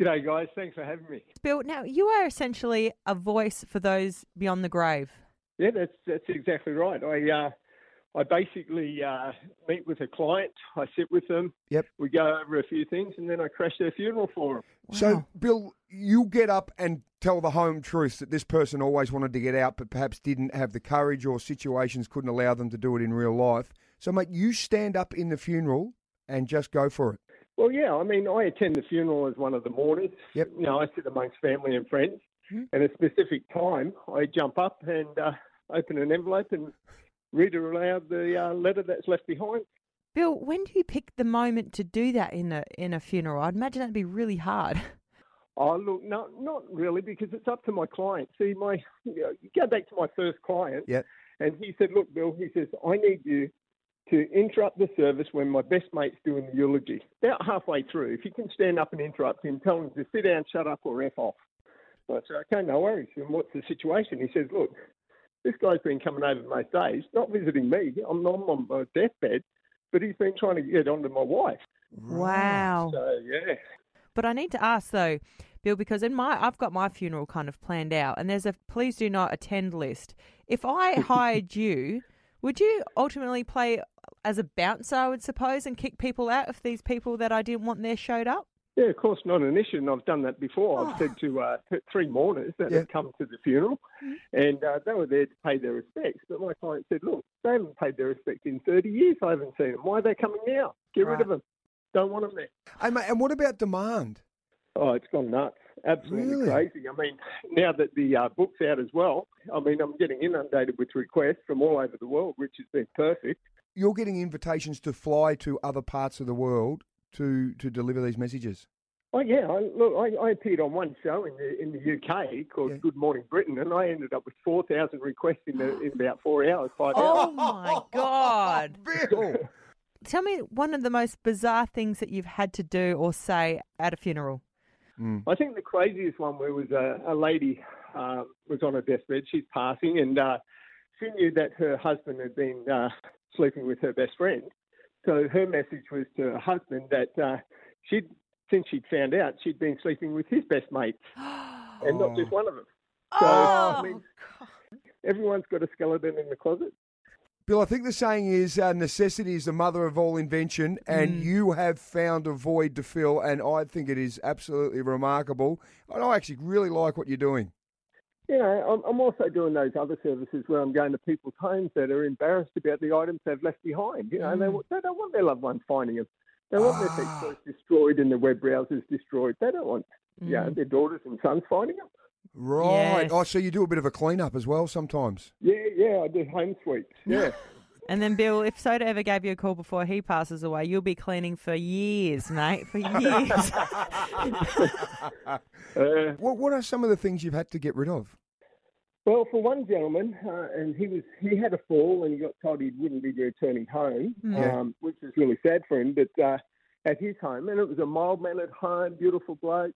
G'day, guys. Thanks for having me. Bill, now you are essentially a voice for those beyond the grave. Yeah, that's that's exactly right. I uh, I basically uh, meet with a client. I sit with them. Yep. We go over a few things, and then I crash their funeral for them. So, Wow. Bill, you get up and tell the home truths that this person always wanted to get out, but perhaps didn't have the courage or situations couldn't allow them to do it in real life. So, mate, you stand up in the funeral and just go for it. Well, yeah. I mean, I attend the funeral as one of the mourners. Yep. Hmm. You know, I sit amongst family and friends. At a specific time, I jump up and uh, open an envelope and read aloud the uh, letter that's left behind. Bill, when do you pick the moment to do that in a in a funeral? I'd imagine that'd be really hard. Oh, look, no, not really, because it's up to my client. See, my you, know, you go back to my first client, Yep. and he said, "Look, Bill," he says, "I need you to interrupt the service when my best mate's doing the eulogy." About halfway through, if you can stand up and interrupt him, tell him to sit down, shut up, or f off. So I said, "Okay, no worries." And what's the situation? He says, "Look, this guy's been coming over most days, not visiting me. I'm, I'm on my deathbed, but he's been trying to get onto my wife." Wow. So yeah. But I need to ask though, Bill, because in my I've got my funeral kind of planned out, and there's a please do not attend list. If I hired you, would you ultimately play as a bouncer? I would suppose and kick people out if these people that I didn't want there showed up. Yeah, of course, not an issue. And I've done that before. I've said to uh, th- three mourners that Oh. Yeah. Mm-hmm. had come to the funeral, and uh, they were there to pay their respects. But my client said, Look, they haven't paid their respects in 30 years. I haven't seen them. Why are they coming now? Get rid Right. of them. Don't want them there. Hey, mate, and what about demand? Oh, it's gone nuts. Absolutely Really? crazy. I mean, now that the uh, book's out as well, I mean, I'm getting inundated with requests from all over the world, which has been perfect. You're getting invitations to fly to other parts of the world to, to deliver these messages. Oh yeah, I, look, I, I appeared on one show in the in the UK called Yeah. Good Morning Britain, and I ended up with four thousand requests in, the, in about four hours, five Oh hours. my god! Bill! Tell me one of the most bizarre things that you've had to do or say at a funeral. I think the craziest one where was a, a lady uh, was on her deathbed. She's passing, and uh, she knew that her husband had been uh, sleeping with her best friend. So her message was to her husband that uh, she'd since she'd found out she'd been sleeping with his best mate, and not Oh. just one of them. So I Oh. mean, everyone's got a skeleton in the closet. Bill, I think the saying is uh, necessity is the mother of all invention, and Mm. you have found a void to fill, and I think it is absolutely remarkable. And I actually really like what you're doing. you know, I'm, I'm also doing those other services where I'm going to people's homes that are embarrassed about the items they've left behind. You know, they they, they don't want their loved ones finding them. They want their sex toys destroyed and their web browsers destroyed. They don't want, you know, their daughters and sons finding them. Right. Yes. Oh, so you do a bit of a clean up as well sometimes. Yeah, yeah, I do home sweeps. Yeah. And then, Bill, if Soda ever gave you a call before he passes away, you'll be cleaning for years, mate, for years. uh, What, what are some of the things you've had to get rid of? well, for one gentleman, uh, and he was he had a fall and he got told he wouldn't be returning home, Yeah. um, which is really sad for him. But uh, at his home, and it was a mild mannered home, beautiful bloke.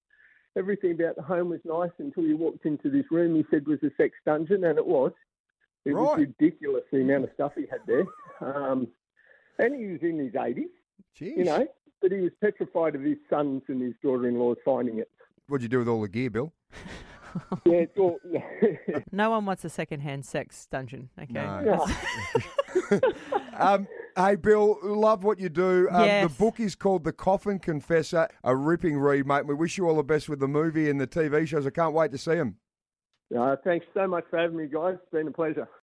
everything about the home was nice until you walked into this room he said was a sex dungeon, and it was. It was Right. ridiculous the amount of stuff he had there. Um, and he was in his 80s, Jeez. you know, but he was petrified of his sons and his daughter in law finding it. What'd you do with all the gear, Bill? Yeah, it's all. no one wants a secondhand sex dungeon, okay? No. Um, hey, Bill, love what you do. Um, Yes. The book is called The Coffin Confessor, a ripping read, mate. We wish you all the best with the movie and the TV shows. I can't wait to see them. uh, thanks so much for having me, guys. It's been a pleasure.